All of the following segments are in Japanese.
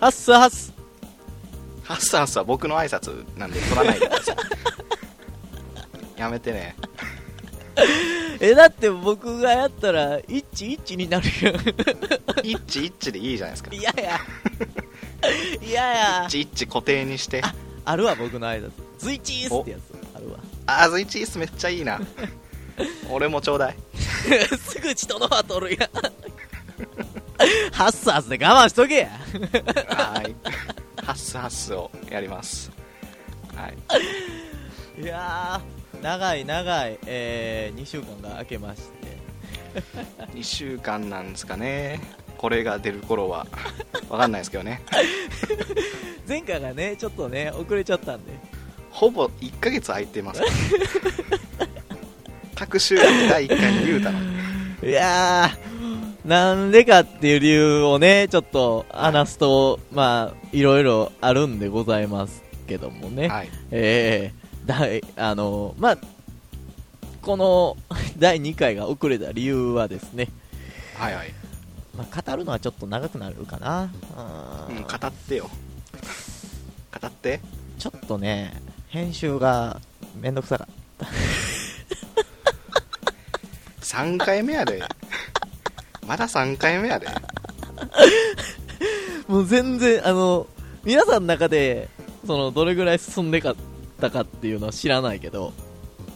ハッスハッスハッサハッサ僕の挨拶なんで取らないでくださいやめてねえだって僕がやったら一致一致になるよイッチイッチでいいじゃないですかイいややいややッチイッチ固定にしてああるわ僕の挨拶ズイチースってやつあるわあーズイチースめっちゃいいな俺もちょうだいすぐ人のは取るやんハッスハッスで我慢しとけやはーいハッスハッスをやりますはいいやー長い長い、えー、2週間が明けまして2週間なんですかねこれが出る頃はわかんないですけどね前回がねちょっとね遅れちゃったんでほぼ1ヶ月空いてますから各週第1回に言うたのにいやー、なんでかっていう理由をね、ちょっと話すと、まあ、いろいろあるんでございますけどもね。はいえーだい、あのまあ、この 第2回が遅れた理由はですね、はいはい、まあ、語るのはちょっと長くなるかな。あうーん、語ってよ語ってちょっとね、編集がめんどくさかっ3回目や でまだ3回目やでた。もう全然、あの、皆さんの中で、その、どれぐらい進んでかったかっていうのは知らないけど、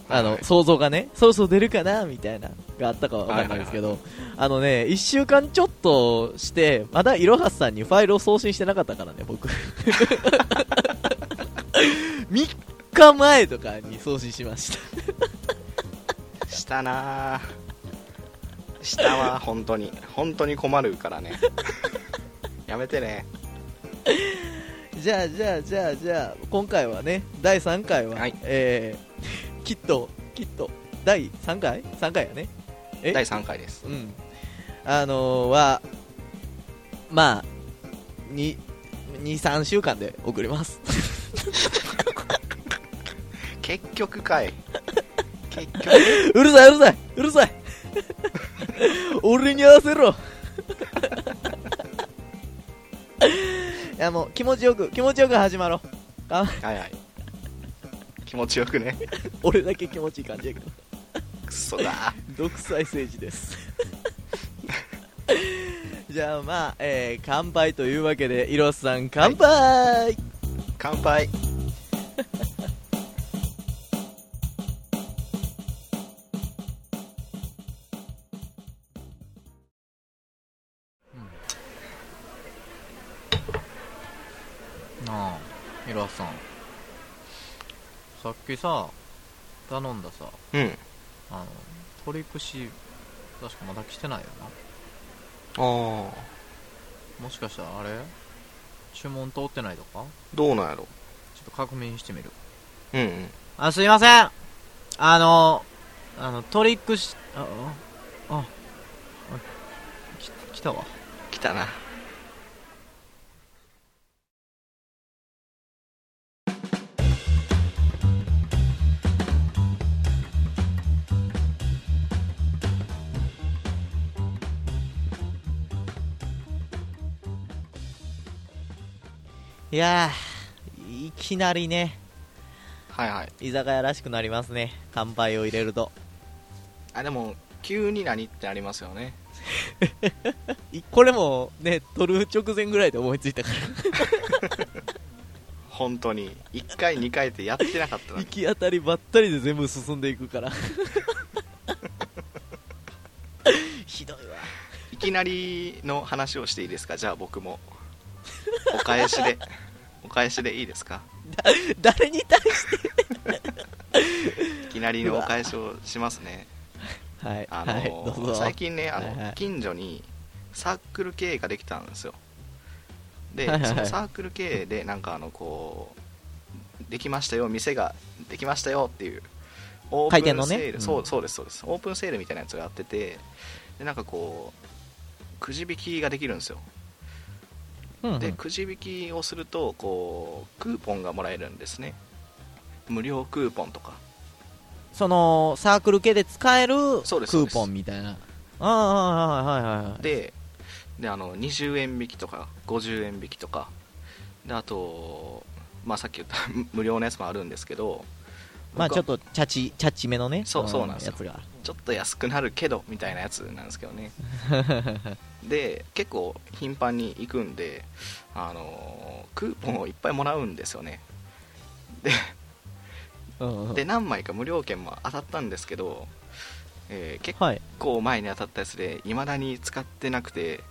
あの、はい想像がね、そろそろ出るかなみたいな、があったかはわかんないですけど、あのね、1週間ちょっとして、まだいろはさんにファイルを送信してなかったからね、 僕。3日前とかに送信しました。したなあしたわ本当に本当に困るからねやめてねじゃあ、じゃあ、じゃあ、じゃあ、今回はね、第3回は、はいえー、きっと、きっと、第3回 ?3 回やね。え第3回ですうん、あのーは、まあ、2、2 3週間で送ります。結局 かい結局うるさい、うるさい、うる さい。俺に合わ せろ。いや、もう気持ちよく、気持ちよく始まろう。 あはいはい気持ちよくね俺だけ気持ちいい感じやけど。クソだ独裁政治です じゃあまあ、えー乾杯というわけでイロスさん乾杯、乾杯なあイラさんさっきさ頼んださうんあの取り串確かまだ来てないよああなもしかしたらあれ注文通ってないとかどうなんやろちょっと確認してみるうんうんあすいませんあのあのトリックしああああき来たわ来たないやーいきなりねはいはい居酒屋らしくなりますね乾杯を入れるとあでも急に何ってなりますよねいこれもね撮る直前ぐらいで思いついたか本当に1回2回ってやってなかった ら行のにき当たりばったりで全部進んでいくからひどいわいきなりの話をしていいですかじゃあ僕もお返しでお返しでいいですか誰に対いきなりのお返しをしますねはい、あのはいーどうぞ最近ねあの、はいはい近所にサークル経営ができたんですよで、はいはいはいそのサークル経営でなんかあのこうできましたよ店ができましたよっていうオ回ープ転のンセねール、うんそうそうですそうですオープンセールみたいなやつがやっててでなんかこうくじ引きができるんですようんうんでくじ引きをするとこうクーポンがもらえるんですね無料クーポンとかそのサークル系で使えるクそうですそうでーすポンみたいなああはいはいはいはいでであの20円引きとか50円引きとかであと、まあ、さっき言った 無料のやつもあるんですけどまあ僕ちょはっとチャチチャチめのねそうそうなんですやよつがちょっと安くなるけどみたいなやつなんですけ どねで結構頻繁に行くんであのクーポンをいっぱいもらうんですよねうんうんで何枚か無料券も当たったんですけど、えー結はい構前に当たったやつでいまだに使ってなくて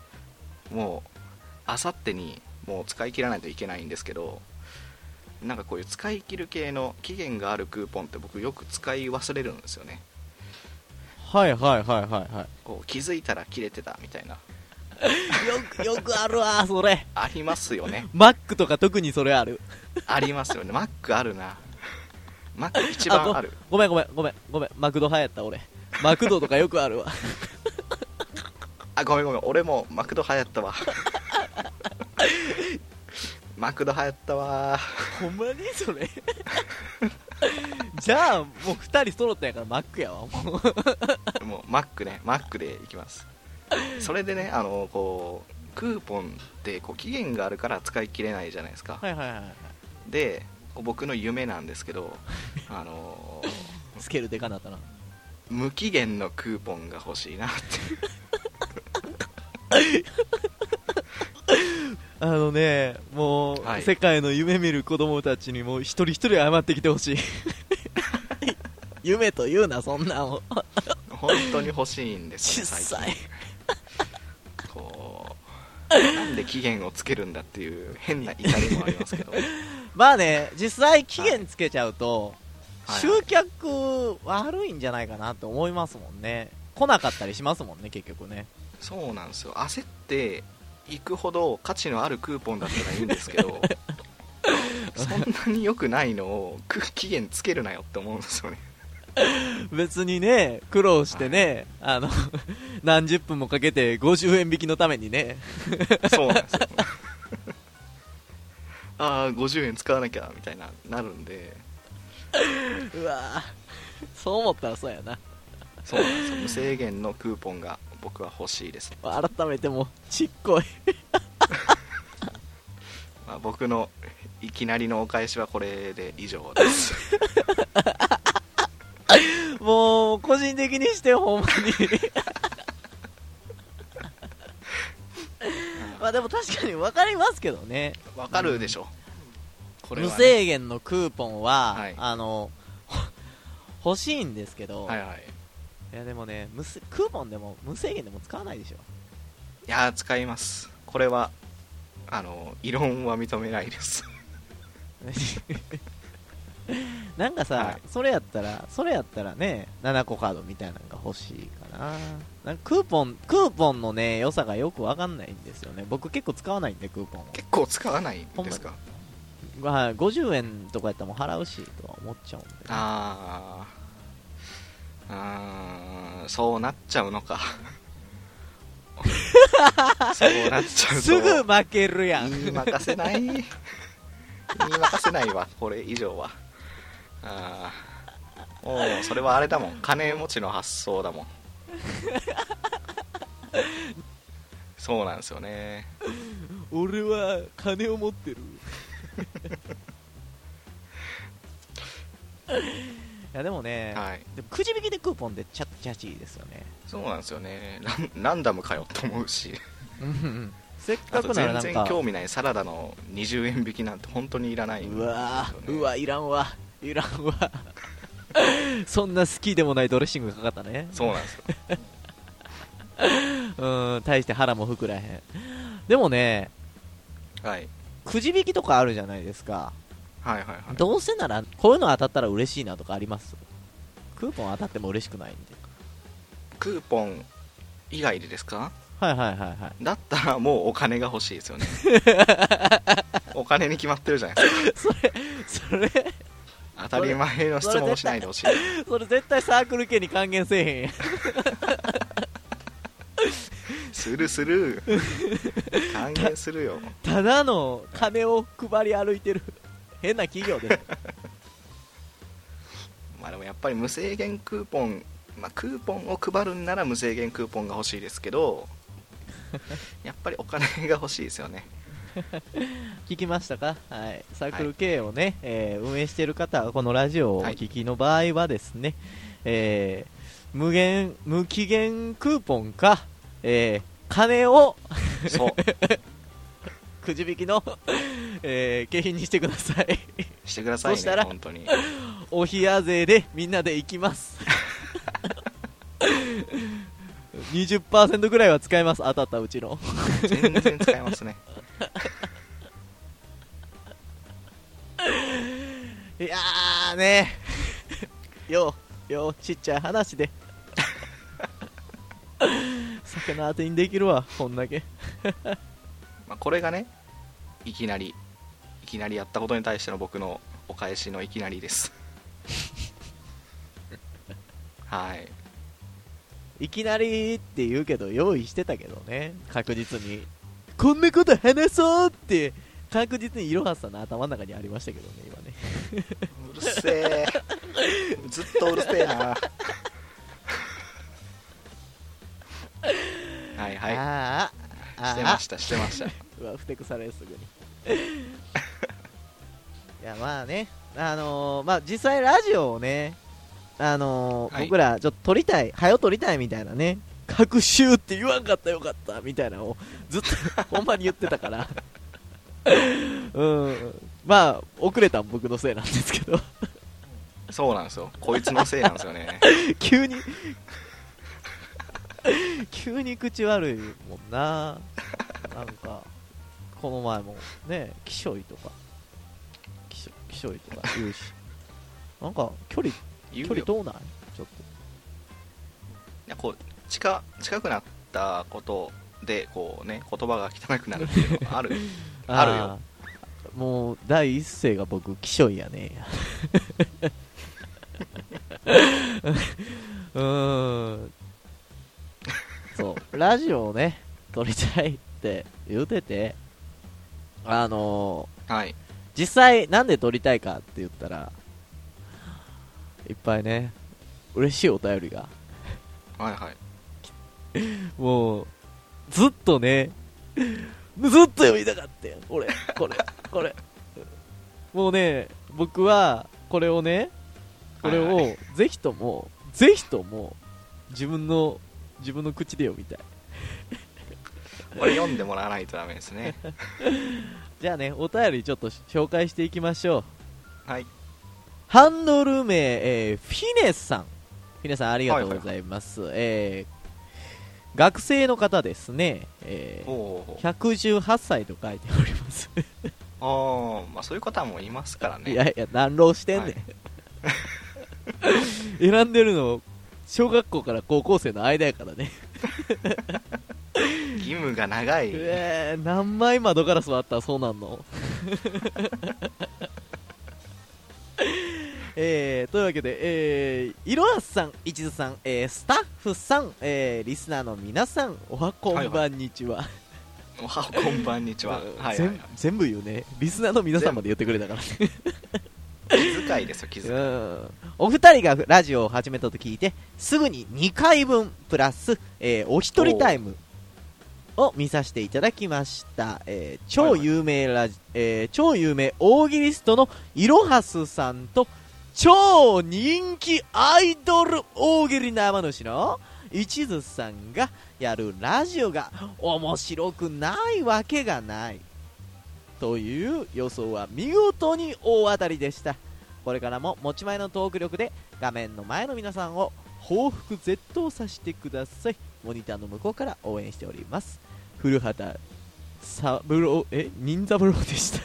もうあさってにもう使い切らないといけないんですけどなんかこういう使い切る系の期限があるクーポンって僕よく使い忘れるんですよねはいはいはいはいはこう気づいたら切れてたみたいないよくよくあるわそれありますよねマックとか特にそれあるありますよねマックあるなマック一番あるごめんごめんごめんごめんマクド派やった俺マクドとかよくあるわ あごめんごめん俺もマクド流行ったわマクド流行ったわほんまにそれ じゃあもう2人揃ったんやからマック やわもうもうマックねマックでいきますそれでねあのこうクーポンってこう期限があるから使い切れないじゃないですか、はいはいはいでこう僕の夢なんですけどあのスケールでかなったな無期限のクーポンが欲しいなって あのねもう、はい世界の夢見る子供たちにもう一人一人謝ってきてほしい 夢と言うなそんなんを本当に欲しいんです小よ最近さいこうなんで期限をつけるんだっていう変な怒りもありますけどまあね実際期限つけちゃうと、はい集客悪いんじゃないかなって思いますもんね来なかったりしますもんね結局ねそうなんですよ焦って行くほど価値のあるクーポンだったらいいんですけどそんなに良くないのをく期限つけるなよって思うんですよね別にね苦労してね、あの 何十分もかけて50円引きのためにねそうなんですよああ50円使わなきゃみたいななるんでうわぁそう思ったらそうやなそうなんですよ無制限のクーポンが僕は欲しいです、改めてもうちっこいまあ、僕のいきなりのお返しはこれで以上ですもう個人的にしてほんまに まあでも確かに分かりますけどねわかるでしょ、これは無ね、制限のクーポンは、はいあの ほ欲しいんですけど、はいい、はいやでもね無制クーポンでも無制限でも使わないでしょ いやー使いますこれはあの異論は認めないですなんかさ、はいそれやったらそれやったらね7個カードみたいなのが欲しいかななんかクーポンクーポンのね良さがよくわかんないんですよね僕結構使わないんでクーポンを結構使わないんですかまあ50円とかやったらもう払うしとは思っちゃうんでね、あーあーそうなっちゃう のかそうなっちゃうとすぐ負けるやん言い任せない言い任せないわこれ以上はああもうそれはあれだもん金持ちの発想 だもんそうなんですよね俺は金を持って るいやでもね、はいでもくじ引きでクーポンでチャッチャチーですよねそうなんですよねランランダムかよと思うしせっかあくとなら全なんか然興味ないサラダの20円引きなんて本当にいらないんでうすよねわーうわいらんわいらんわ そんな好きでもないドレッシングがかかったねそうなんですようん大して腹も膨らへんでもねはいくじ引きとかあるじゃないですかはいはいはいどうせならこういうの当たったら嬉しいなとかありますクーポン当たっても嬉しくないんでクーポン以外でですかはいはいはいはいだったらもうお金が欲しいです よねお金に決まってるじゃないですかそれそれ当たり前の質問をしないでほしいそれ絶対サークル系に還元せえへんやんする する還元するよただの金を配り歩いてる変な企業 ですまあでもやっぱり無制限 クーポン、まあ、クーポンを配るんなら無制限クーポンが欲しいですけどやっぱりお金が欲しいですよね聞きましたか、はい、サークル K をね、えー運営している方、このラジオをお聞きの場合はですね、えー無限、無期限クーポンか、えー金をそうくじ引きの、えー景品にしてください。してくださいそうしたねら本当にお冷や勢でみんなで行きます20%ぐらいは使えます当たったうちの全然使 えますねいやーねようようちっちゃい話で魚当てにできるわこんだけまあ、これがねいきなりいきなりやったことに対しての僕のお返しのいきなりです はいいきなりって言うけど用意してたけどね確実にこんなこと話そうって確実にいろはさんの頭の中にありましたけどね今ねうるせえずっとうるせえな はいはあいーあしてあましたしてましたうわ、ふてくされるすぐに。 いや、まあね、あのーまあ実際ラジオをね、あのーはい僕らちょっと撮りたい、早よ撮りたいみたいなね、各週って言わんかったよかったみたいなのをずっと ほんまに言ってたから。 うん、まあ遅れたん僕のせいなんですけどそうなんですよこいつのせいなんです よね急に急に口悪いもんななんかこの前もねきしょいとかきしょきしょいとか言うしなんか距離言距離うよどうないちょっいやこう近近くなったことでこうね言葉が汚くなるっていうの があるとあるよーもう第一声が僕きしょいやね うーんそうラジオをね撮りたいって言うててあのー、はい実際なんで撮りたいかって言ったらいっぱいね嬉しいお便りがはいはいもうずっとねずっと読みたかったよ俺これこれもうね僕はこれをねこれはいはをぜひともぜひとも自分の自分の口で読みたいこれ読んでもらわないとダメですねじゃあねお便りちょっと紹介していきましょうはいハンドル名、えーフィネさん。フィネさん、ありがとうございます。えー学生の方ですね。えーおう118歳と書いております。おうあー、まあ、そういう方もいますからねいやいや、難浪してんねん。選んでるの、小学校から高校生の間やからね。義務が長い、えー、何枚窓ガラス割ったらそうなんのえー、というわけで、えー、いろはさん、いちずさん、えー、スタッフさん、えー、リスナーの皆さん、おはこんばんにちは。おはこんばんにちは、うんはいはい全はい全部言うね。リスナーの皆さんまで言ってくれたからね。気遣いですよ気遣いうんお二人がラジオを始めたと聞いてすぐに2回分プラス、えーお一人タイムを見させていただきました、えー超有名ラジ、えー超有名大喜利ストのいろはすさんと超人気アイドル大喜利生主の一途さんがやるラジオが面白くないわけがないという予想は見事に大当たりでしたこれからも持ち前のトーク力で画面の前の皆さんを報復絶倒させてくださいモニターの向こうから応援しております古畑三郎え忍三郎でした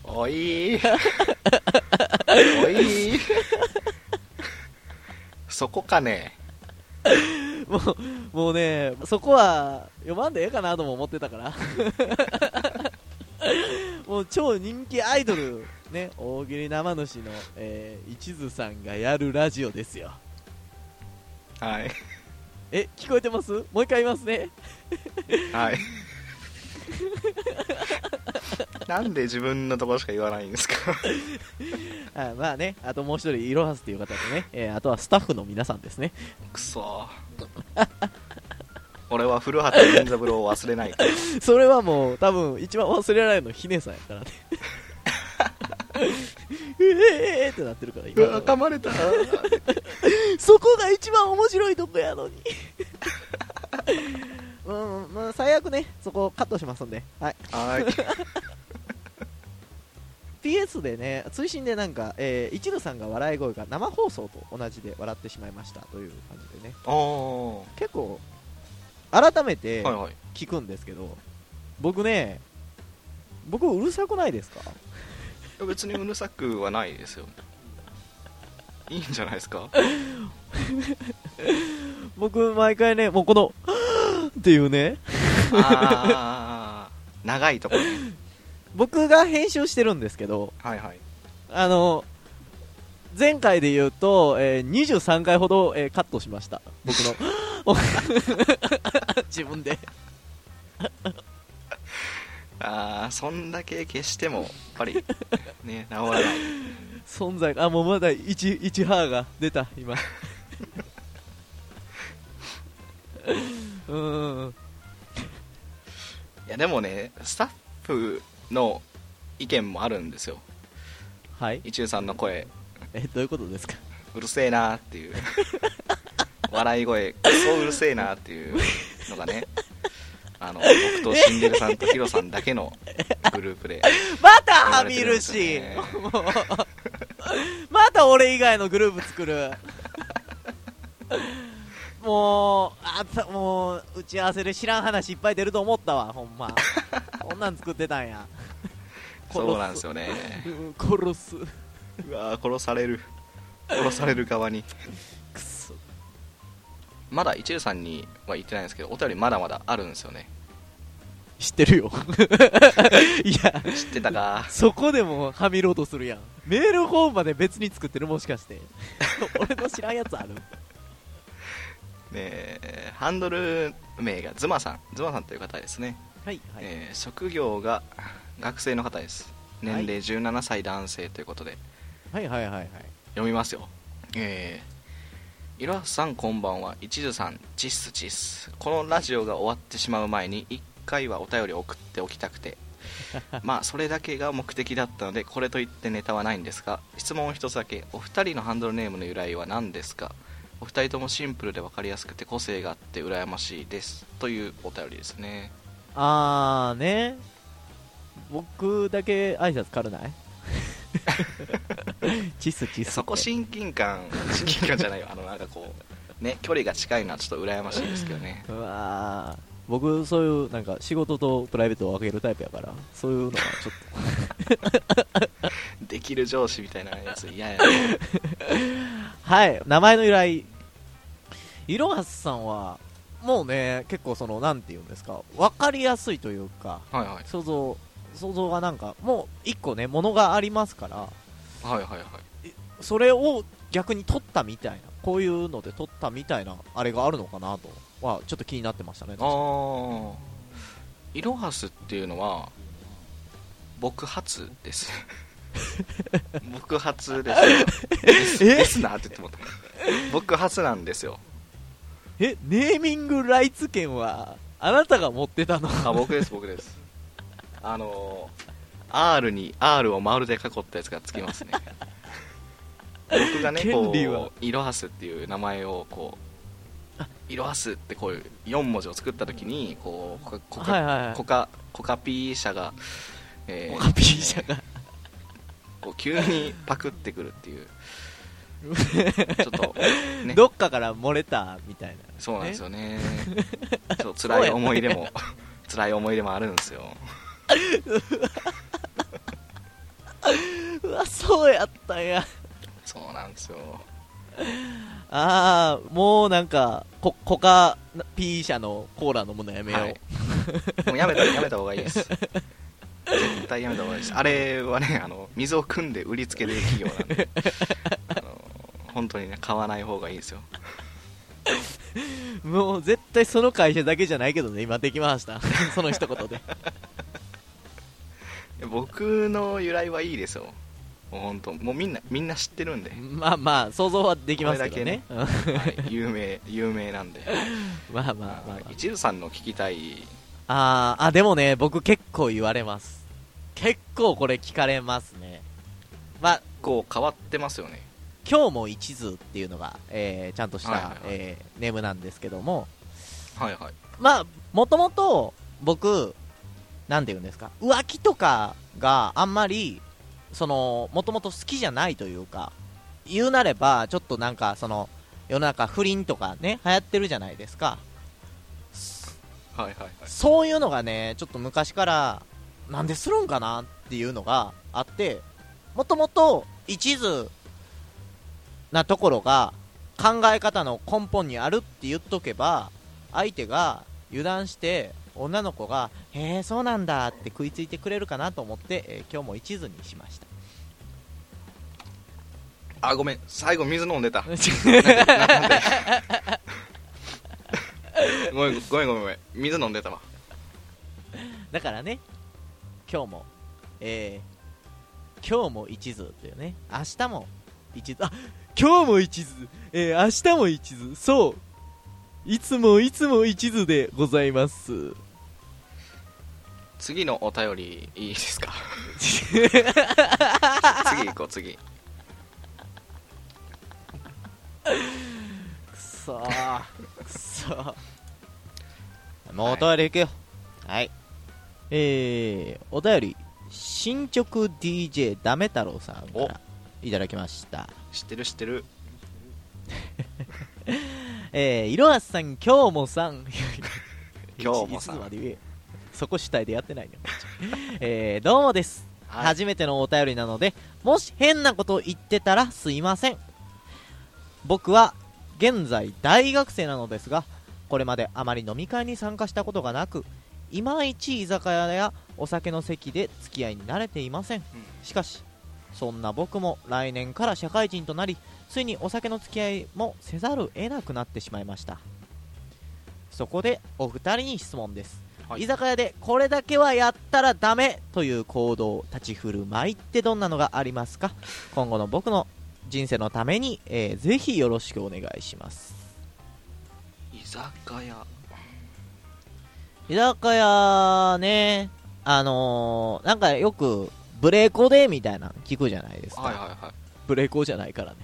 おい ーおいーそこかねもうもうねそこは読まんでええかなとも思ってたから もう超人気アイドルね大喜利生主の、えー一途さんがやるラジオですよはいえ聞こえてますもう一回言いますねはい なんで自分のところしか言わないん ですかあまあね、あともう一人、いろはすという方とね、えーあとはスタッフの皆さんですね。くそー俺は古畑任三郎を忘れないから それはもう多分一番忘れられないのひねさんやからねうえーってなってるから今 うわ噛まれたそこが一番面白いとこやのに うんまあ最悪ねそこカットしますんではいはい PS でね追伸でなんか、えー、一途さんが笑い声が生放送と同じで笑ってしまいましたという感じでねお結構改めてーはいはい聞くんですけど、僕ね僕うるさくないですかいや別にうるさくはないですよいいんじゃないです か僕毎回ねもうこの っていうねあー長いところね僕が編集してるんですけどはいはいあの前回で言うと、えー23回ほど、えーカットしました僕の 自分でああそんだけ消してもやっぱりね治らない存在があもうまだ 1, 1ハーが出た今 うーんいやでもねスタッフの意見もあるんですよはい一流さんの声えどういうことですかうるせえなーって いう笑い声クソうるせえなーっていうのがねあの僕とシンデレさんとヒロさんだけのグループでまた見るし言われてるんですよもうまた俺以外のグループ作るもうあたもう打ち合わせで知らん話いっぱい出ると思ったわほんまこんなん作ってたんやそうなんですよねうん殺すうわー殺される殺される側にくそまだ一流さんには言ってないんですけどお便りまだまだあるんですよね知ってるよ いや知ってたか そこでもはみろうとするやんメールフォームまで別に作ってるもしかして 俺の知らんやつあるねえハンドル名がズマさんズマさんという方ですね、はいはい、えー職業が学生の方です年齢17歳男性ということで、はいはいはいはい読みますよえー、いろはさんこんばんは一途さんチッスチッスこのラジオが終わってしまう前に一回はお便り送っておきた くてまあそれだけが目的だったのでこれといってネタはないんですが質問を一つだけお二人のハンドルネームの由来は何ですかお二人ともシンプルで分かりやすくて個性があって羨ましいですというお便りですねあーね僕だけ挨拶軽ない チスチスってそこ親近感親近感じゃないよあのなんかこうね距離が近いのはちょっと羨ましいですけどねうわー僕そういうなんか仕事とプライベートを分けるタイプやからそういうのはちょっ とできる上司みたいなやつ嫌やなはい名前の由来いろはさんはもうね結構そのなんて言うんですか分かりやすいというかはいはい想像想像がなんかもう一個ねものがありますからはいはいはいそれを逆に取ったみたいなこういうので取ったみたいなあれがあるのかなとはちょっと気になってましたねああイロハスっていうのは僕発です 僕発ですよえですなって言ってもらった僕発なんですよえネーミングライツ権はあなたが持ってたのあ僕です僕ですあのー R に R を丸で囲ったやつがつきますね僕がね 権こ利はうイロハスっていう名前をこうイロハスってこういう4文字を作った時にこうコカコカはいはいはいコカコカピー社が、えーコカピー社がねこう急にパクってくるっ ていうちょっと、ね、どっかから漏れたみたいなそうなんですよねちょっと辛い思い出も辛い思い出もあるんですよねうわそうやったんやそうなんですよああもうなんかこコカピー社のコーラ飲むのやめよう、はいもうやめたやめた方がい いです絶対やめた方がいいですあれはねあの水を汲んで売りつけてる企業なんであの本当にね買わない方がいいですよもう絶対その会社だけじゃないけどね今できました その一言で僕の由来はいいですよもう本当もうみんなみんな知ってるんで、まあまあ想像はできますけどねはい、 有名有名なんで、うんまあまあまあ、ま一途さんの聞きたいあ、あーあでもね僕結構言われます結構これ聞かれますねまあこう変わってますよね今日も一途っていうのが、えーちゃんとした、はいはいはいえーネームなんですけどもはいはいまあもともと僕なんて言うんですか浮気とかがあんまりそのもともと好きじゃないというか言うなればちょっとなんかその世の中不倫とかね流行ってるじゃないですかはいはいはいそういうのがね、ちょっと昔から、なんでするんかなっていうのがあって、もともと一途なところが考え方の根本にあるって言っとけば、相手が油断して、女の子が、へえ、そうなんだって食いついてくれるかなと思って、えー今日も一途にしました。あごめん最後水飲んでたごめんごめんごめんごめん水飲んでたわだからね、今日も、えー今日も一途っていうね、明日も一途、あ今日も一途、えー明日も一途、そう、いつもいつも一途でございます。次のお便りいいです か次行こう次くそー、くそー。もうお便り行くよ。はい。えー、お便り、進捗 DJ ダメ太郎さんからいただきました。知ってる知ってるえー、いろはさん、今日もさん。今日もさんいつまで言えそこ主体でやってないの、えー、どうもです、はい初めてのお便りなので、もし変なことを言ってたらすいません。僕は現在大学生なのですが、これまであまり飲み会に参加したことがなく、いまいち居酒屋やお酒の席で付き合いに慣れていません。しかし、そんな僕も来年から社会人となり、ついにお酒の付き合いもせざるを得なくなってしまいましたそこでお二人に質問です、はい居酒屋でこれだけはやったらダメという行動立ち振る舞いってどんなのがありますか今後の僕の人生のために、えーぜひよろしくお願いします居酒屋居酒屋ねあのーなんかよくブレーコでみたいなの聞くじゃないですか、はいはいはいブレーコじゃないからね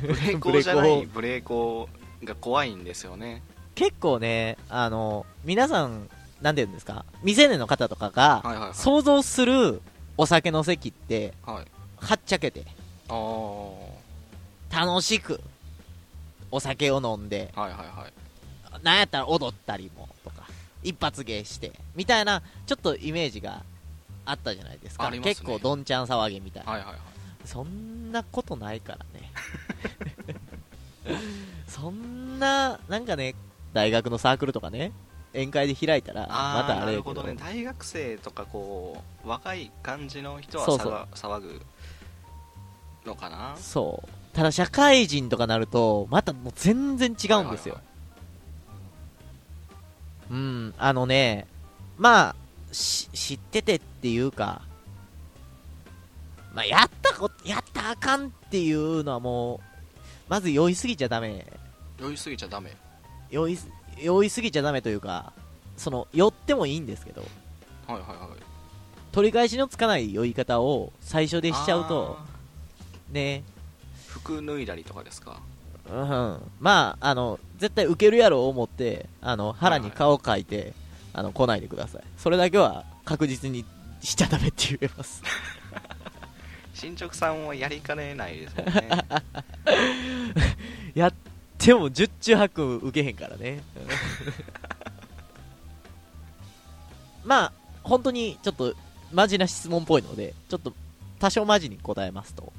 ブレーコーじゃないブレーコーが怖いんですよね結構ねあの皆さんなんて言うんですか未成年の方とかが、はいはいはい想像するお酒の席ってはいはっちゃけてああ楽しくお酒を飲んではいはいはいなんやったら踊ったりもとか一発芸してみたいなちょっとイメージがあったじゃないですかありますね結構どんちゃん騒ぎみたいな、はいはいはいそんなことないからね そんななんかね大学のサークルとかね宴会で開いたらあまーたあれなるやけほどどね大学生とかこう若い感じの人はそうそう騒騒ぐのかなそうただ社会人とかなるとまたもう全然違うんですよ、はいうんあのねまあし知っててっていうかまあやったこやったらあかんっていうのはもうまず酔いすぎちゃダメ酔いすぎちゃダメ酔いす酔いすぎちゃダメというかその酔ってもいいんですけどはいはいはい取り返しのつかない酔い方を最初でしちゃうとあねー服脱いだりとかですかうん、まああの絶対受けるやろう思ってあの腹に顔書いて、あの来ないでくださいそれだけは確実にしちゃダメって言えます進捗さんはやりかねないですもん ねやっても十中八九受けへんからねまあ本当にちょっとマジな質問っぽいのでちょっと多少マジに答えますと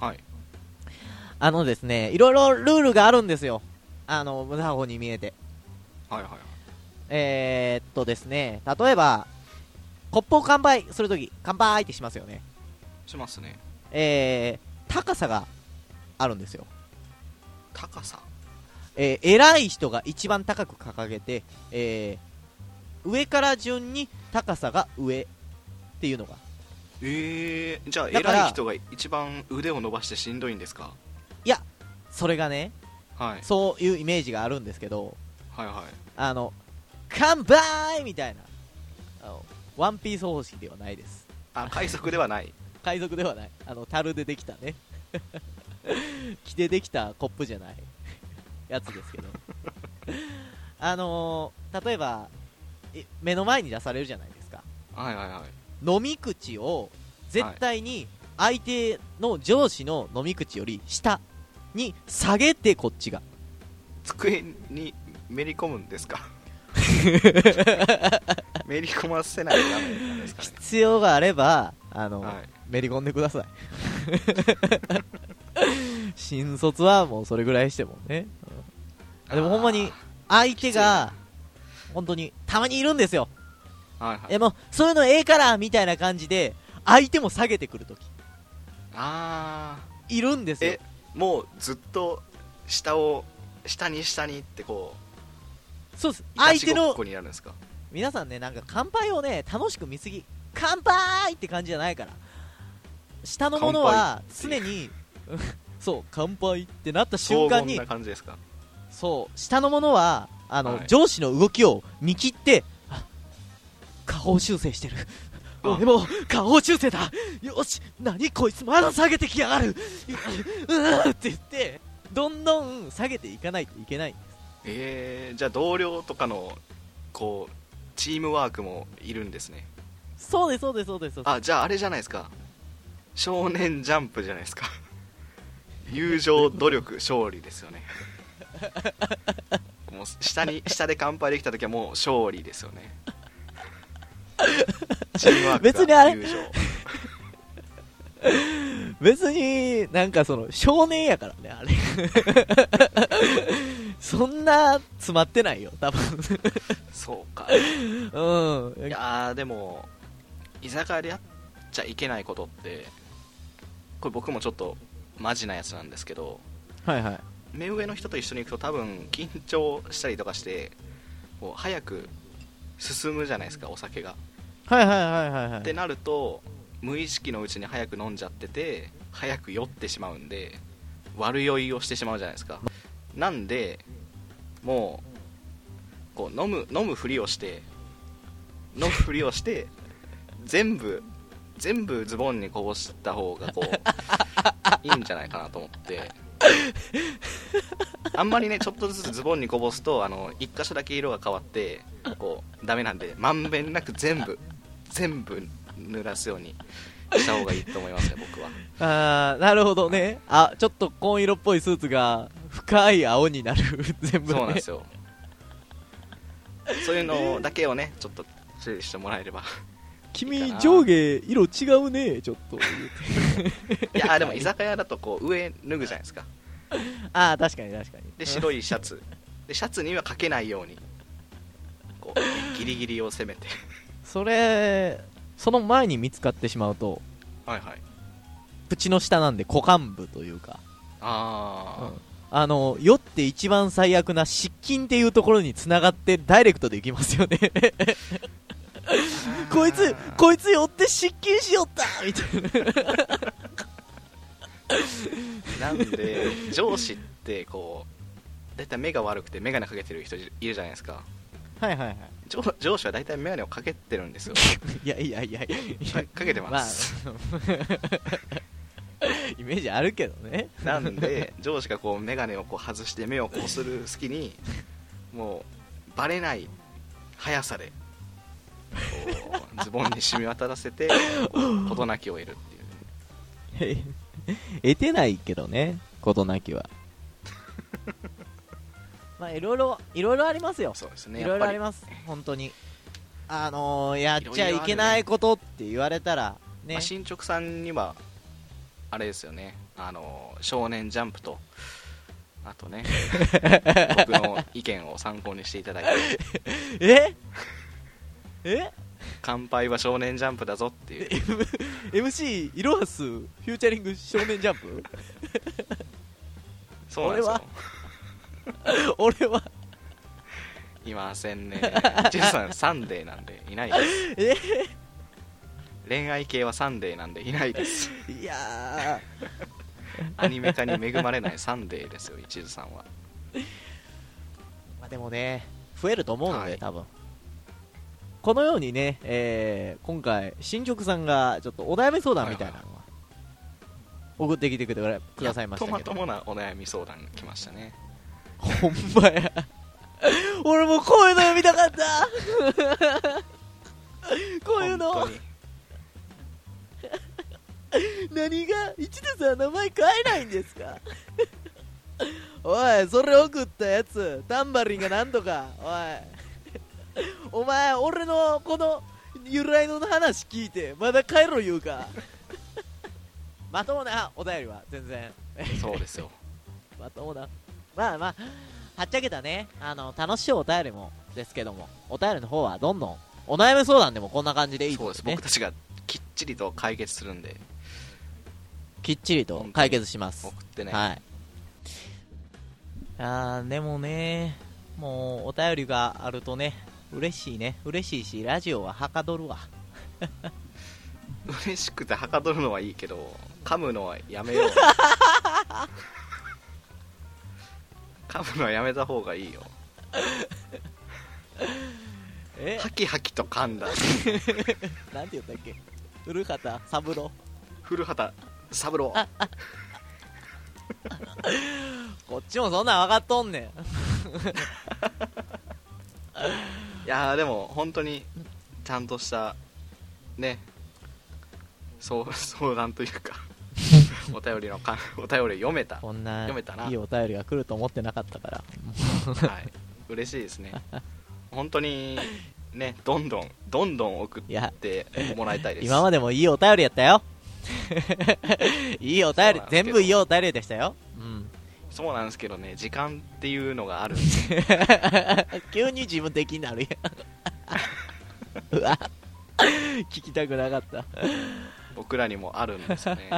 はいあのですねいろいろルールがあるんですよあの無駄法に見えてはいはいはいえー、っとですね、例えば、コップを乾杯するとき、乾杯ってしますよね。しますねえー、高さがあるんですよ。高さえー、偉い人が一番高く掲げて、えー、上から順に高さが上っていうのがえー、じゃあだから偉い人が一番腕を伸ばしてしんどいんですかそれがねはいそういうイメージがあるんですけどはいはあの乾杯みたいなあのワンピース方式ではないですいあ快速ではない海賊ではないあの樽でできたね 木でできたコップじゃないやつですけどあのー例えばえ目の前に出されるじゃないですかはいはいはい飲み口を絶対に相手の上司の飲み口より下に下げてこっちが机にめり込むんです かめり込ませないためなんですかね必要があればあの、はいめり込んでください 新卒はもうそれぐらいしてもねでもほんまに相手が本当にたまにいるんですよ、あーはいはいえもうそういうのええからみたいな感じで相手も下げてくるときああいるんですよえもうずっと下を下に下にってこうそうですいた相ち手ごっのこになるんですか皆さんねなんか乾杯をね楽しく見すぎ乾杯って感じじゃないから下のものは乾常杯に そう乾杯ってなった瞬間に荘厳な感じですかそう下のものはあの、はい上司の動きを見切ってあ下方修正してるあ俺も下方修正だよし何こいつまだ下げてきやがるうううって言ってどんどん下げていかないといけないえー、じゃあ同僚とかのこうチームワークもいるんですねそうですそうですそうですそうですあじゃああれじゃないですか少年ジャンプじゃないですか 友情努力勝利ですよ ねもう下に下で乾杯できた時はもう勝利ですよねチームワーク別にあがれ友情別になんかその少年やからねあれ そんな詰まってないよ多そ うか分ういんやーでも居酒屋でやっちゃいけないことってこれ僕もちょっとマジなやつなんですけどはいはい目上の人と一緒に行くと多分緊張したりとかしてこう早く進むじゃないですかお酒が、はいはいはいはいはってなると無意識のうちに早く飲んじゃってて早く酔ってしまうんで悪酔いをしてしまうじゃないですかなんでもうこう飲む飲むふりをして飲むふりをして全部全部ズボンにこぼした方がこういいんじゃないかなと思ってあんまりねちょっとずつズボンにこぼすとあの一箇所だけ色が変わってこうダメなんでまんべんなく全部全部濡らすようにした方がいいと思いますね僕はあーなるほどねあちょっと紺色っぽいスーツが深い青になる 全部、ね、そうなんですよそういうのだけをねちょっと注意してもらえればいい君かな上下色違うねちょっといやでも居酒屋だとこう上脱ぐじゃないですかああ確かに確かにで白いシャツでシャツにはかけないようにこうギリギリを攻めてそれその前に見つかってしまうとはいはいプチの下なんで股間部というか、あうんあの酔って一番最悪な失禁っていうところに繋がってダイレクトでいきます よねあこいつこいつ酔って失禁しよったみたいななんで上司ってこう大体目が悪くて眼鏡かけてる人いるじゃないですかはいはいはい上上司は大体眼鏡をかけてるんですよいやいやいやいやかかけてます、まあ、 イメージあるけどねなんで 上司がこう眼鏡をこう外して目をこうする隙にもうバレない速さでこうズボンに染み渡らせてこう事なきを得るっていうへい得てないけどね事なきは まあいろいろいろいろありますよそうですねいろいろありやっます本当にあのー、やっちゃいろいろあるいねけないことって言われたらぱりねまあ進捗さんにはあれですよねあの少年ジャンプとあと ね僕の意見を参考にしていただいてええ乾杯は少年ジャンプだぞっ ていう MC イロハスフューチャリング少年ジャンプ そうなんで俺すよは俺はいませんね。ジェフさん、サンデーなんで、いないです。え恋愛系はサンデーなんでいないです いやアニメ化に恵まれないサンデーですよ一途さんはー、まあ、でもね、増えると思うので、はい多分このようにね、えー今回、新曲さんがちょっとお悩み相談みたいなのは送ってきてくれくださいましたやっけど、とまともなお悩み相談来ましたねほんまや、俺もこういうの読みたかった こういうの本当、に何が一田さん名前変えないんですか おいそれ送ったやつタンバリンがなんとかおい お前俺のこの由来の話聞いてまだ帰ろ言うか まともなお便りは全然そうですよまともなまあまあはっちゃけたねあの楽しいお便りもですけどもお便りの方はどんどんお悩み相談でもこんな感じでいいそうですね僕たちがきっちりと解決するんできっちりと解決します送ってね、はいあーでもねもうお便りがあるとね嬉しいね嬉しいしラジオははかどるわ嬉しくてはかどるのはいいけど噛むのは やめよう噛むのはやめた方がいいよえハキハキと噛んだなんて言ったっけ古畑三郎古畑三郎こっちもそんなん分かっとんねんいやーでも本当にちゃんとしたねそう 相談というかお便りのかお便り読めた、はこんな読めたないいお便りが来ると思ってなかったからい、嬉しいですね本当にねどんどんどんどん送いやってもらいたいです今までもいいお便りやった よいいおそうな便りんですけ全ど部いいお便りでしたよ うんそうなんですけどね時間っていうのがあるんですよ急に自分的になる やんうわ聞きたくなかった僕らにもあるんですよね、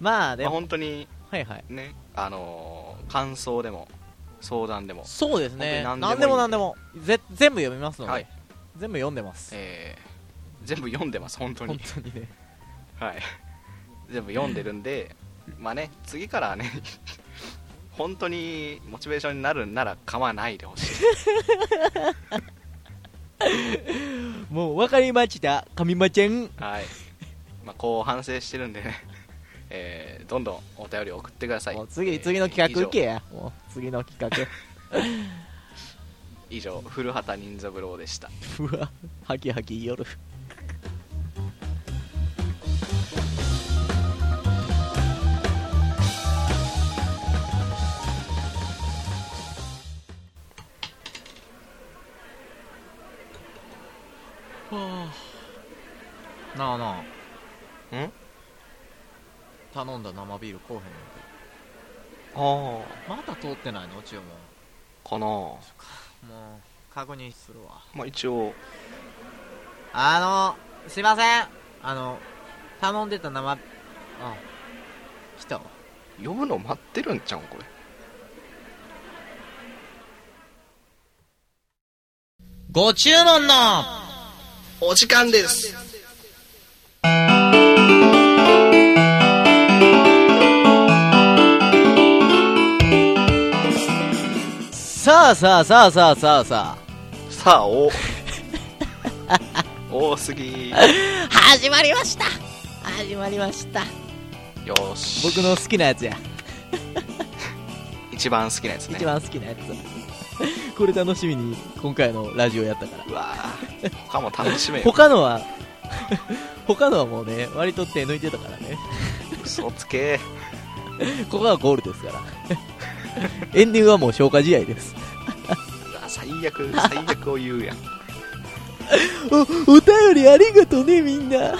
まあでまあ、も、本当にはいはいねあのー感想でも相談でもそうですね本当何にでも何何ででもぜ全部読みますので、はい全部読んでますえー全部読んでます本当本に当にねはい、全部読んでるんで、まあね、次からはね、本当にモチベーションになるんなら構わないでほしい。もう分かりました神間ちゃんはいまあ、こう反省してるんでね、えーどんどんお便り送ってください。もう次、えー次の企画受けやもう次の企以上、以上古畑任三郎でした。画 うわハキハキ夜なあなあん頼んだ生ビールこうへんのあまだ通ってないの注文あ、かな、まもう確認するわあ、一応、あのすいませんあの頼んでた生あ来たわ呼ぶの待ってるんちゃうん、これ。ご注文のお時間です。さあさあさあさあさあささあ、お。 多すぎ。よあ始まりました始まりましたーし。僕の好きなやつや一番好きなやつね。一番好きなやつ これ楽しみに今回のラジオやったからうわぁ他も楽しめよ他のは 他のはもうね割と手抜いてたからね嘘つけここがゴールですから エンディングはもう消化試合ですうわ最 悪最悪を言うやんおお便りありがとねみんな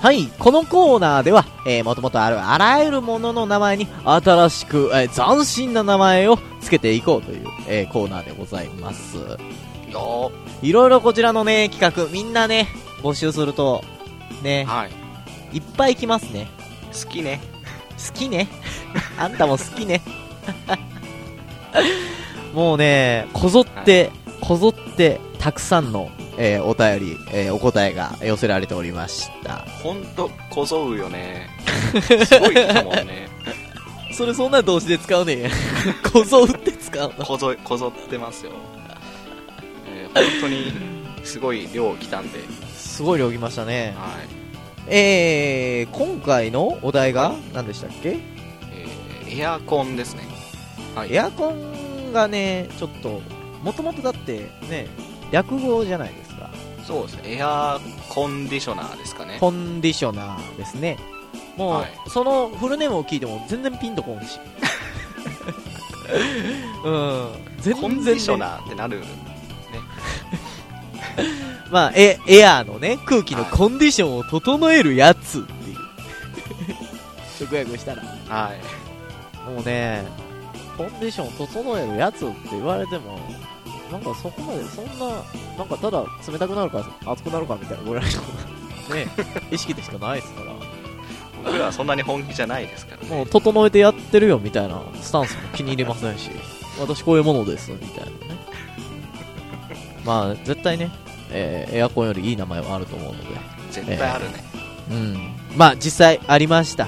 はいこのコーナーでは、えー、もともとあるあらゆるものの名前に新しく、えー斬新な名前を付けていこうという、えーコーナーでございますよいろいろこちらのね企画みんなね募集するとーねはいいっぱい来ますね好きね好きねあん たも好きねもうねこぞって、こぞってたくさんの、えーお便り、えーお答えが寄せられておりましたほんとこぞうよ ねすごい来たもんねそれそんな動詞で使うねんや こぞって使うこぞこぞってますよ、えー、本当にすごい量来たんで、すごい量きましたねはいえー、今回のお題が何でしたっけえーエアコンですねはいエアコンがねちょっともともとだってね略語じゃないですかそうですねエアコンディショナーですかねコンディショナーですねもう、はいそのフルネームを聞いても全然ピンとこんし うん全然、ね、コンディショナーってなるまあエエアーのね空気のコンディションを整えるやつっていう直訳したらはいもうね、コンディションを整えるやつって言われても、なんかそこまで、そんな、なんかただ冷たくなるか熱くなるかみたいなぐらいの、 ね、意識でしかないですから、僕らはそんなに本気じゃないですからねもう整えてやってるよみたいなスタンスも気に入れませんし、私こういうものですみたいなね。まあ、絶対ね、えーエアコンよりいい名前はあると思うので、絶対あるね、うん。まあ、実際ありました。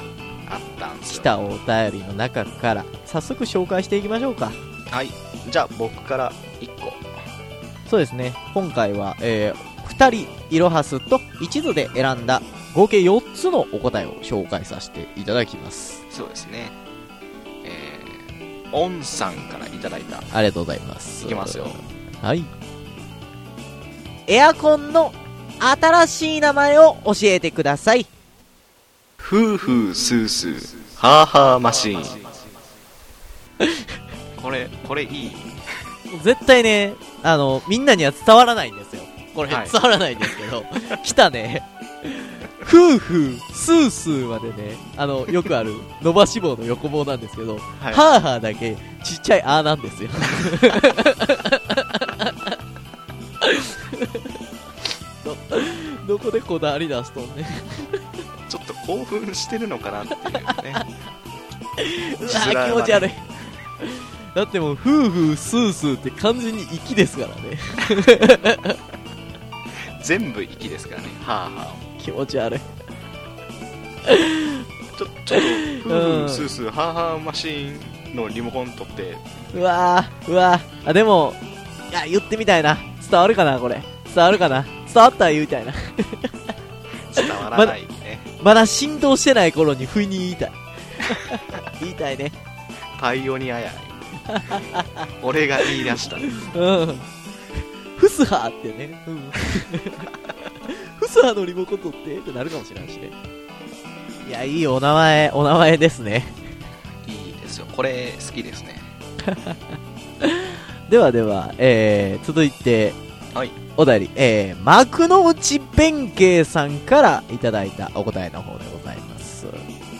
あったんです来よたお便りの中から、早速紹介していきましょうか。はいじゃあ僕から1個そうですね今回は、えー、2人いろはすと一途で選んだ合計4つのお答えを紹介させていただきますそうですねえー、オンさんからいただいたありがとうございますいきますよはいエアコンの新しい名前を教えてくださいフーフースースーハーハーマシーン これこれいい絶対ねあのみんなには伝わらないんですよこれ、はい伝わらないんですけど 来たね夫婦スースーまでねあのよくある伸ばし棒の横棒なんですけどはいハーハーだけちっちゃいあーなん ですよどどこでこだわり出すとんねちょっと興奮してるのかなっていうね うわ字ー面がね気持ち悪いだってもう夫婦スースーって完全に息ですからね全部息ですからねハーハ気持ち悪いーちょちょっとフーフースースーハーハーマシーンのリモコン取ってうわーうわーあでもいや言ってみたいな伝わるかなこれ伝わるかな伝わったら言いたいな伝わらない ね、まだ浸透してない頃に不意に言いたい 言いたいねパイオニア や俺が言い出したうんフスハーってね、うん フスハーのリモコン取ってってなるかもしれないしねいやいいお名前お名前ですねいいですよこれ好き ですねではでは、えー、続いて、はいお便り、えー、幕の内弁慶さんからいただいたお答えの方でございます。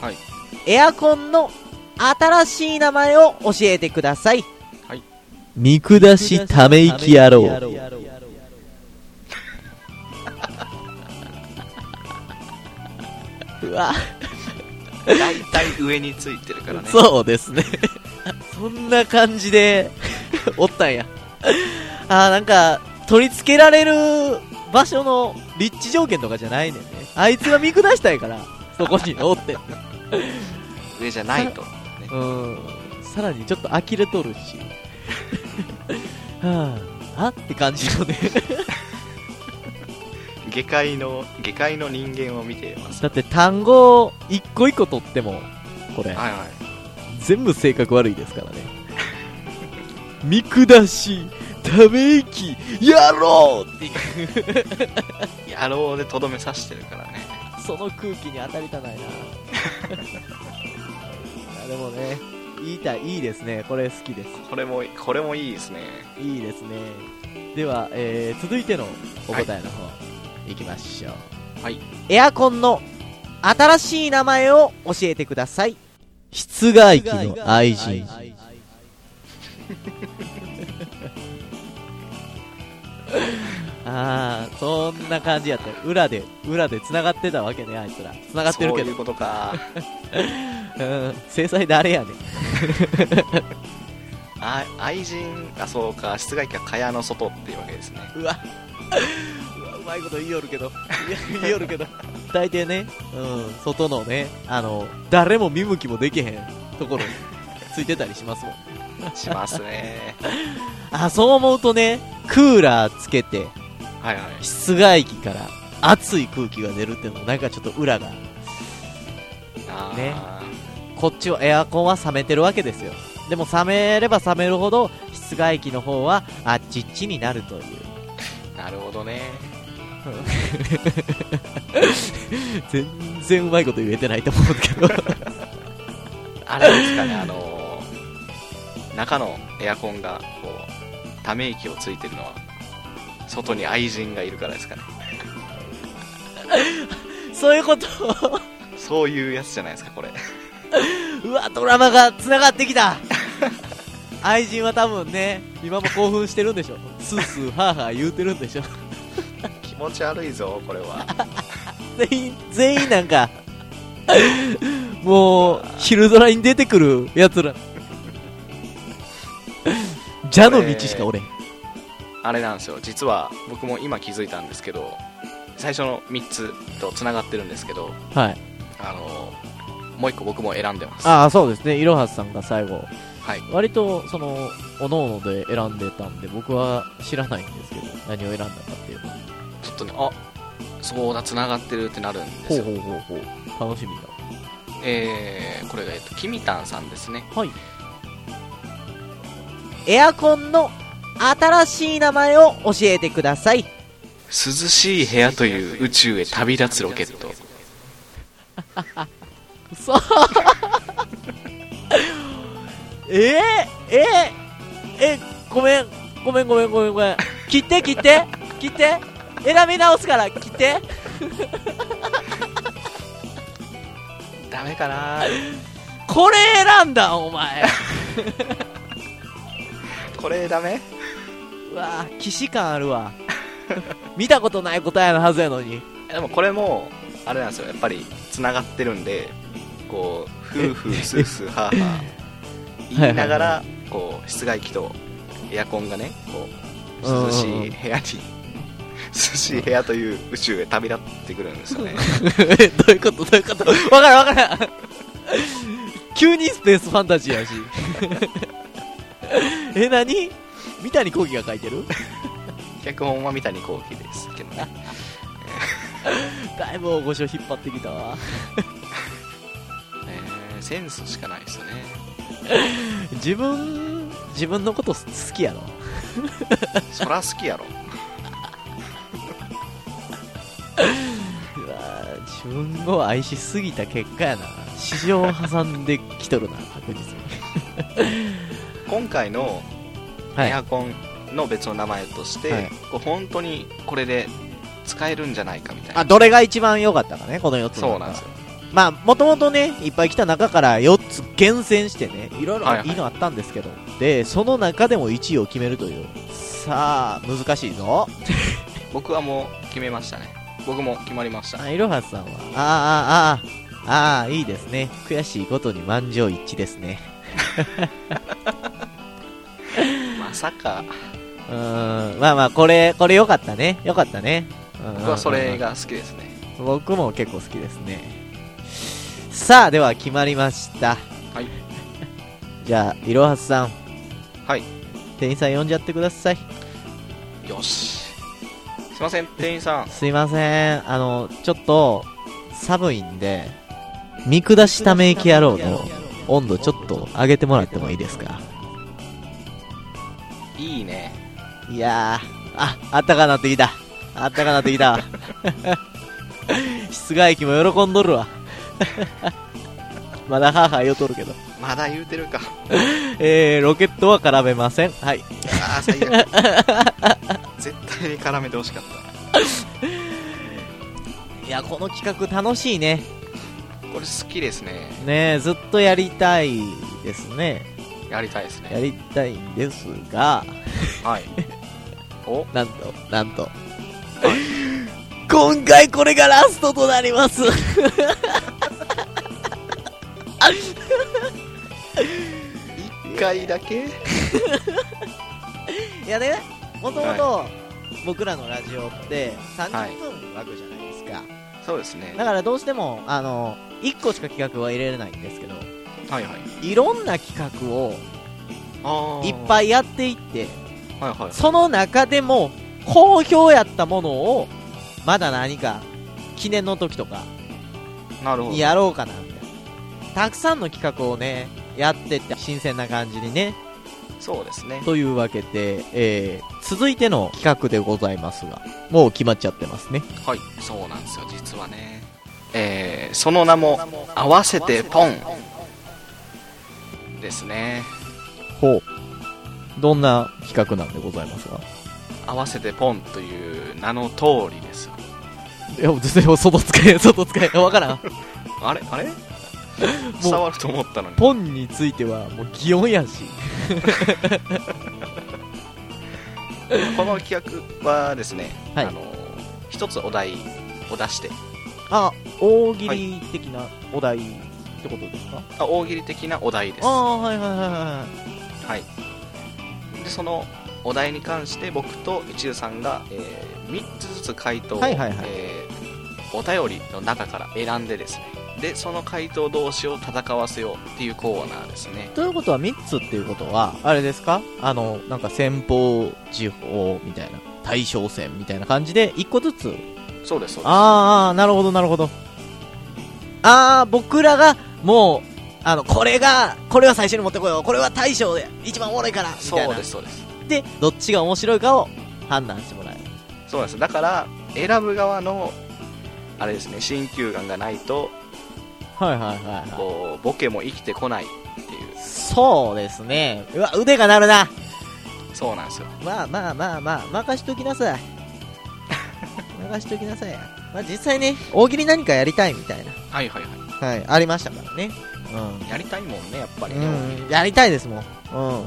はいエアコンの新しい名前を教えてください。はい。見下しため息野郎。 うわ、大体上についてるからねそうですね。 そんな感じで、 おったんや。あーなんか、取り付けられる場所の立地条件とかじゃないねんね。あいつが見下したいから、 そこにおって。上じゃないと、ね、うん。さらにちょっと呆れとるし。 はあ、あって感じ のね。下界の下界の人間を見てますだって単語を一個一個取っても、これ、はいはい全部性格悪いですからね。 見下し、ため息、やろうっていう。野郎でとどめさしてるからねその空気に当たりたない ないやでもね言いたいいいですねこれ好きですこれもこれもいいですねいいですねでは、えー続いてのお答えの方、い、きましょうはいエアコンの新しい名前を教えてください室外機の愛人 ああそんな感じやったよ裏で裏で繋がってたわけねあいつら繋がってるけそうどいうこと かうん制裁誰やねんあ愛人あそうか室外機は蚊帳の外っていうわけですねうわうわうまいこと言いよるけど いや言いよるけど大抵ね、うん、外のねあの誰も見向きもできへんところについてたりします もんします ねあそう思うとねクーラーつけてはいはい室外機から熱い空気が出るっていうのもなんかちょっと裏があーねこっちはエアコンは冷めてるわけですよでも冷めれば冷めるほど室外機の方はあっちっちになるというなるほどね全然うまいこと言えてないと思うけどあれですかねあのー中のエアコンがこうため息をついてるのは外に愛人がいるからですかね そういうことそういうやつじゃないですかこれうわドラマがつながってきた愛人は多分ね今も興奮してるんでしょスースーハーハー言うてるんでしょ 気持ち悪いぞこれは全員全員なんかもう昼ドラに出てくるやつら蛇の道しか俺 あれなんですよ実は僕も今気づいたんですけど最初の3つとつながってるんですけどはいあのーもう1個僕も選んでますああそうですねいろはさんが最後はい割とそのおのおので選んでたんで僕は知らないんですけど何を選んだかっていうのちょっとねあそうだつながってるってなるんですようほうほうほう楽しみだえー、これが、えっと、キミタンさんですねはいエアコンの新しい名前を教えてください涼しい部屋という宇宙へ旅立つロケットそう えー、えー、えごめんごめんごめんごめんごめん切って切って切って選び直すから切ってダメかなこれ選んだお前これダメうわぁ既視感あるわ見たことない答えのはずやのにでもこれもあれなんですよやっぱりつながってるんでこう夫婦スースーハーハ ー言いながはいらこう室外機とエアコンがねこううんうんうん涼しい部屋に涼しい部屋という宇宙へ旅立ってくるんですよねえ どういうことどういうことわからんわからん急にスペースファンタジーやし え何三谷幸喜が書いてる脚本は三谷幸喜ですけどね だいぶ大御所引っ張ってきたわえーセンスしかないですよね自分自分のこと好きやろそら好きやろうわぁ自分を愛しすぎた結果やな市場を挟んできとるな確実に今回のはエアコンの別の名前として、はいこう本当にこれで使えるんじゃないかみたいなあどれが一番良かったかねこの4つの中そうなんですよまあ、もともとね、いっぱい来た中から4つ厳選してね、いろいはいろはいいいのあったんですけど、で、その中でも1位を決めるという。さあ、難しいぞ。僕はもう決めましたね僕も決まりました、あいろはさんは、ああ、ああ、ああ、いいですね。悔しいことに満場一致ですね。まさかうーん、まあまあ、これ、これ良かったね。良かったね。うん僕はそれ。が好きですね僕も結構好きですね。さあ、では決まりました。はい。 じゃあ、いろはさん、はい店員さん呼んじゃってください。よしすいません店員さんすいません、あの、ちょっと、寒いんで、見下しため息野郎の温度ちょっと上げてもらってもいいですかいいねいやー、あ、あったかなってきた。あったかなってき たわ。室外機も喜んどるわ。 まだ母言うとるけど。まだ言うてるかえー、ロケットは絡めません。はい。ああ最悪絶対に絡めてほしかっいや、この企画楽しいね。たこれ好きですねねえずっとやりたいですね。やりたいですやねりたいんですが、はいおなんと、なんと。今回これがラストとなります。 1回だけいやねもともとは僕らのラジオってはい30分枠じゃないですか、そうですねだからどうしてもあの1個しか企画は入れれないんですけどはいはいいろんな企画をあいっいぱいやっていってはいはいその中でも好評やったものをまだ何か記念の時とかなるほどにやろうかなみたいなたくさんの企画をねやってって新鮮な感じにねそうですねというわけで、えー続いての企画でございますがもう決まっちゃってますねはいそうなんですよ実はねえーその名も合わせてポンですねほうどんな企画なんでございますか合わせてポンという名の通りですいや全然外使え外使え分からんあれあ れ伝わると思ったのにポンについてはもう擬音やしこの企画はですね、はいあの一つお題を出してあ大喜利的なお題ってことですか、あ大喜利的なお題ですああはいはいはいははい、でそのお題に関して僕と一流さんが、え3つずつ回答を、はいはいはいえーお便りの中から選んでですねでその回答同士を戦わせようっていうコーナーですねいということは3つっていうことはあれですかあのなんか先方時報みたいな大将戦みたいな感じで1個ずつそうですそうですあーあーなるほどなるほどああ僕らがもうあのこれがこれは最初に持ってこようこれは大将で一番おもろいからみたいそうなですそうですでどっちが面白いかを判断してもらえるそうなんですだから選ぶ側のあれですね親球眼がないとはいはいはい、はこうボケも生きてこないっていい、そうですねうわ腕が鳴るなうそうなんですよまあまあまあまあ任しときなさい 任しときなさいまあ実際ね大喜利何かやりたいみたいなはいはいははいありましたからねうんいやりたいもんねやっぱりね、うん、やりたいですもん、うん、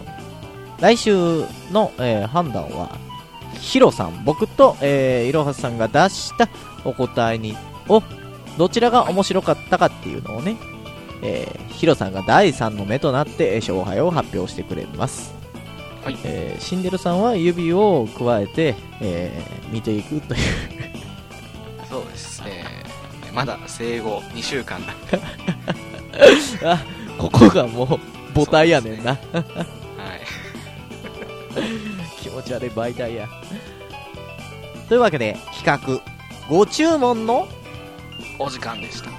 来週の、えー判断はヒロさん僕と、えー、いろはさんが出したお答えにをどちらが面白かったかっていうのをね、えー、ヒロさんが第3の目となってえー勝敗を発表してくれます、はいえーシンデレさんは指をくわえて、えー見ていくというそうです、えーまだ生後2週間なんであここがもう母体やねんなはい気持ち悪い媒体やというわけで企画ご注文のお時間でした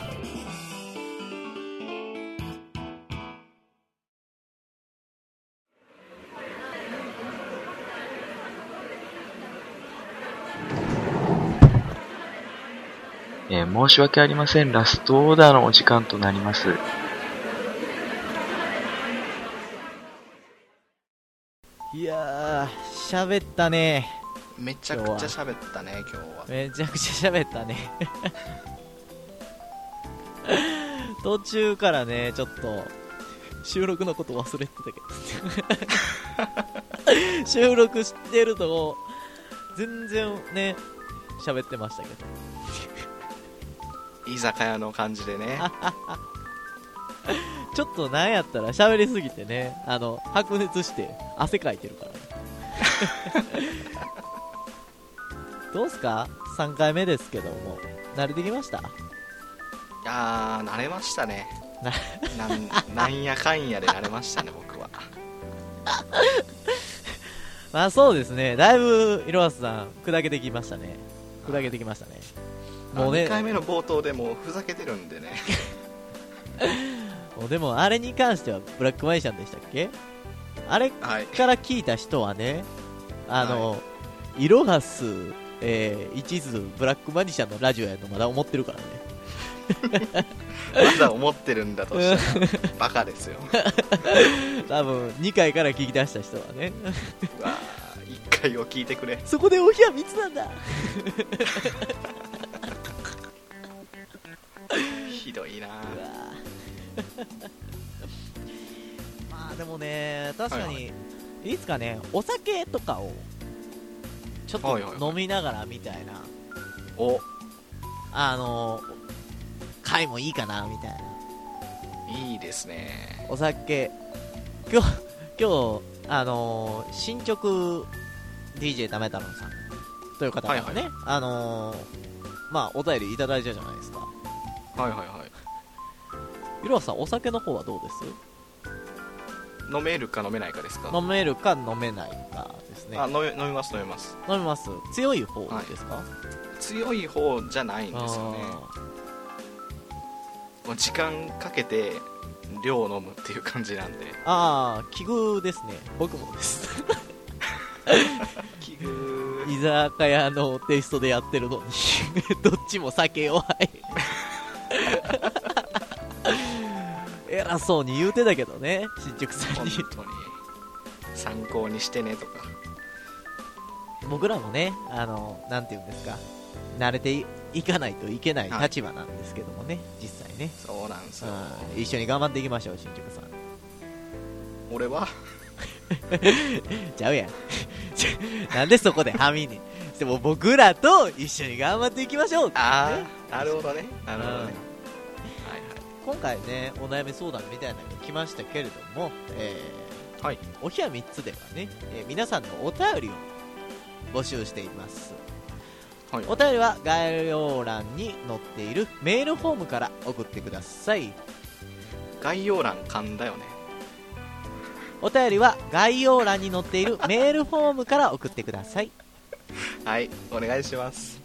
えー申し訳ありません。ラストオーダーのお時間となります。いやー喋ったねめちゃくちゃ喋ったね今日はめちゃくちゃ喋ったね 途中からねちょっと収録のこと忘れてたけど 収録してると全然ね喋ってましたけど居酒屋の感じでねちょっとなんやったら喋りすぎてね、あの、白熱して汗かいてるからね。 どうすか ?3 回目ですけども、慣れてきましたあー慣れましたねななんなんやかんやで慣れましたね僕はまあそうですね、だいぶ、いろはさん、砕けてきましたね。砕けてきましたね。もうね2、回目の冒頭でもうふざけてるんでねもうでもあれに関してはブラックマイシャンでしたっけあれはいから聞いた人はね、あの、イロハス、えー、一途、ブラックマジシャンのラジオやとまだ思ってるからね。まだ思ってるんだとしたらバカです よ多分2回から聞き出した人はねうわ1回を聞いてくれそこでお部屋3つなんだひどいなうわ まあでもね確かはいはにいつかねお酒とかをちょっはいはいとはい飲みながらみたいなおあの回もいいかなみたいないいですねお酒今日今日あのー新曲 DJ ダメ太郎さんという方からね、はいはあのーまあお便りいただいたじゃないですかはいはいはいゆろはさんお酒の方はどうです飲めるか飲めないかですか、飲めるか飲めないかですねあ飲め飲みます飲みます飲みます強い方ですか、強い方じゃないんあですよねもう時間かけて量を飲むっていう感じなんでーあー奇遇ですね僕もです 奇遇居酒屋のテイストでやってるのに どっちも酒弱い 偉そうに言うてたけどね新宿さん本に当に参考にしてねとか僕らもね、あの、なんていうんですか、慣れていいかないといけない立場なんですけどもね、実際ね、そうなんですようん一緒に頑張っていきましょう、新宿さん。俺はちゃうやん。 ちゃなんでそこではみに。でも僕らと一緒に頑張っていきましょうってあねあなるほどねなるほどねはいはい今回ね、お悩み相談みたいなのが来ましたけれども、えーはいお部屋3つではね、えー皆さんのお便りを募集しています。はいお便りは概要欄に載っているメールフォームから送ってください概要欄勘だよねお便りは概要欄に載っているメールフォームから送ってください、はいお願いします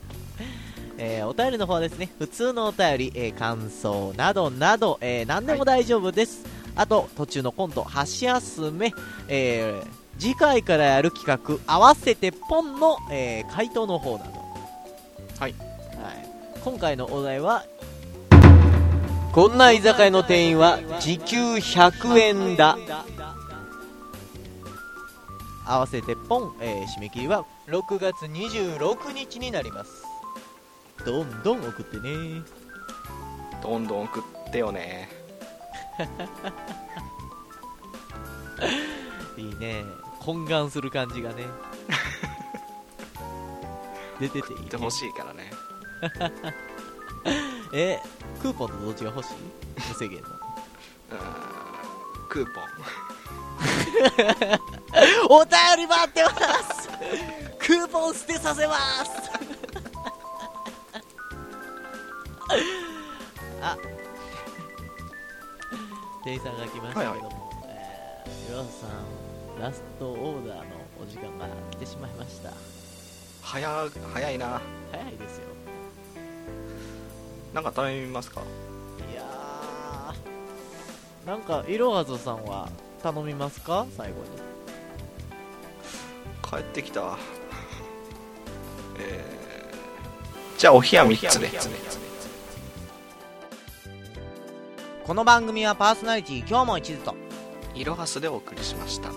えーお便りの方はですね普通のお便り、えー感想などなど、えー何でも大丈夫です、あと途中のコント箸休め、えー次回からやる企画合わせてポンの、えー回答の方などはいはい、今回のお題はこんな居酒屋の店員は時給100円だ合わせてポン、えー締め切りは6月26日になりますどんどん送ってねどんどん送ってよねいいね懇願する感じが ね出てていい送ってねほしいからねえクーポンとどっちが欲しい無制限の うーんクーポンお便り待ってます クーポン捨てさせます あ店員さんが来ましたけども、はいはえー、岩尾さんラストオーダーのお時間が来てしまいました早早いな早いですよなんか頼みますかいやーなんかいろはぞさんは頼みますか最後に帰ってきたえー、じゃあお冷や3つでこの番組はパーソナリティ今日も一途といろはすでお送りしました